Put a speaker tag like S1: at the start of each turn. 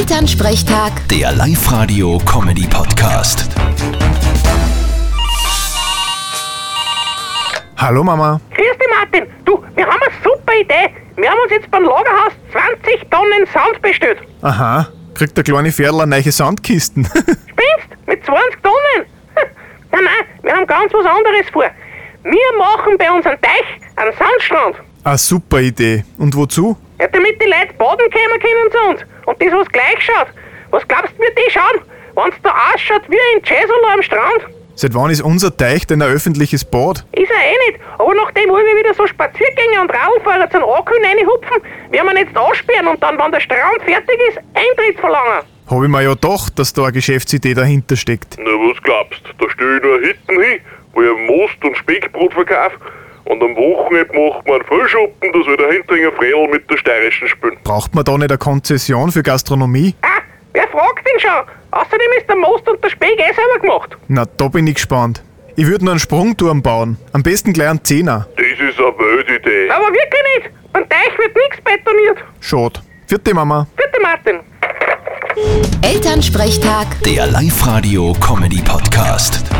S1: Elternsprechtag,
S2: Der Live-Radio-Comedy-Podcast.
S3: Hallo Mama.
S4: Grüß dich, Martin. Du, wir haben eine super Idee. Wir haben uns jetzt beim Lagerhaus 20 Tonnen Sand bestellt.
S3: Aha, kriegt der kleine Pferdler neue Sandkisten.
S4: Spinnst? Mit 20 Tonnen? nein, nein, wir haben ganz was anderes vor. Wir machen bei uns einen Teich, einen Sandstrand.
S3: ah, super Idee. Und wozu?
S4: Ja, damit die Leute baden kommen können zu uns. Und das, was gleich schaut. Was glaubst du, wir die schauen? Wenn's da ausschaut wie ein Jazzler am Strand.
S3: Seit wann ist unser Teich denn ein öffentliches Bad?
S4: Ist er eh nicht. Aber nachdem wollen wir wieder so Spaziergänge und Radlfahrer zum Ankühlen reinhupfen, werden wir ihn jetzt ansperren und dann, wenn der Strand fertig ist, Eintritt verlangen.
S3: Hab ich mir ja gedacht, dass da eine Geschäftsidee dahinter steckt.
S5: Na, was glaubst Da stell ich nur hinten hin, wo ich Most- und Speckbrot verkauf. Und am Wochenende macht man einen Frühschuppen, da soll der Hintringer Fredel mit der Steirischen spielen.
S3: Braucht man da nicht eine Konzession für Gastronomie?
S4: Ah, wer fragt denn schon? Außerdem ist der Most und der Speck eh selber gemacht.
S3: Na, da bin ich gespannt. Ich würde noch einen Sprungturm bauen. Am besten gleich einen Zehner.
S5: Das ist eine Weltidee.
S4: Aber wirklich nicht. Beim Teich wird nichts betoniert.
S3: Schade. Vierte Mama.
S4: Bitte, Martin.
S1: Elternsprechtag.
S2: Der Live-Radio-Comedy-Podcast.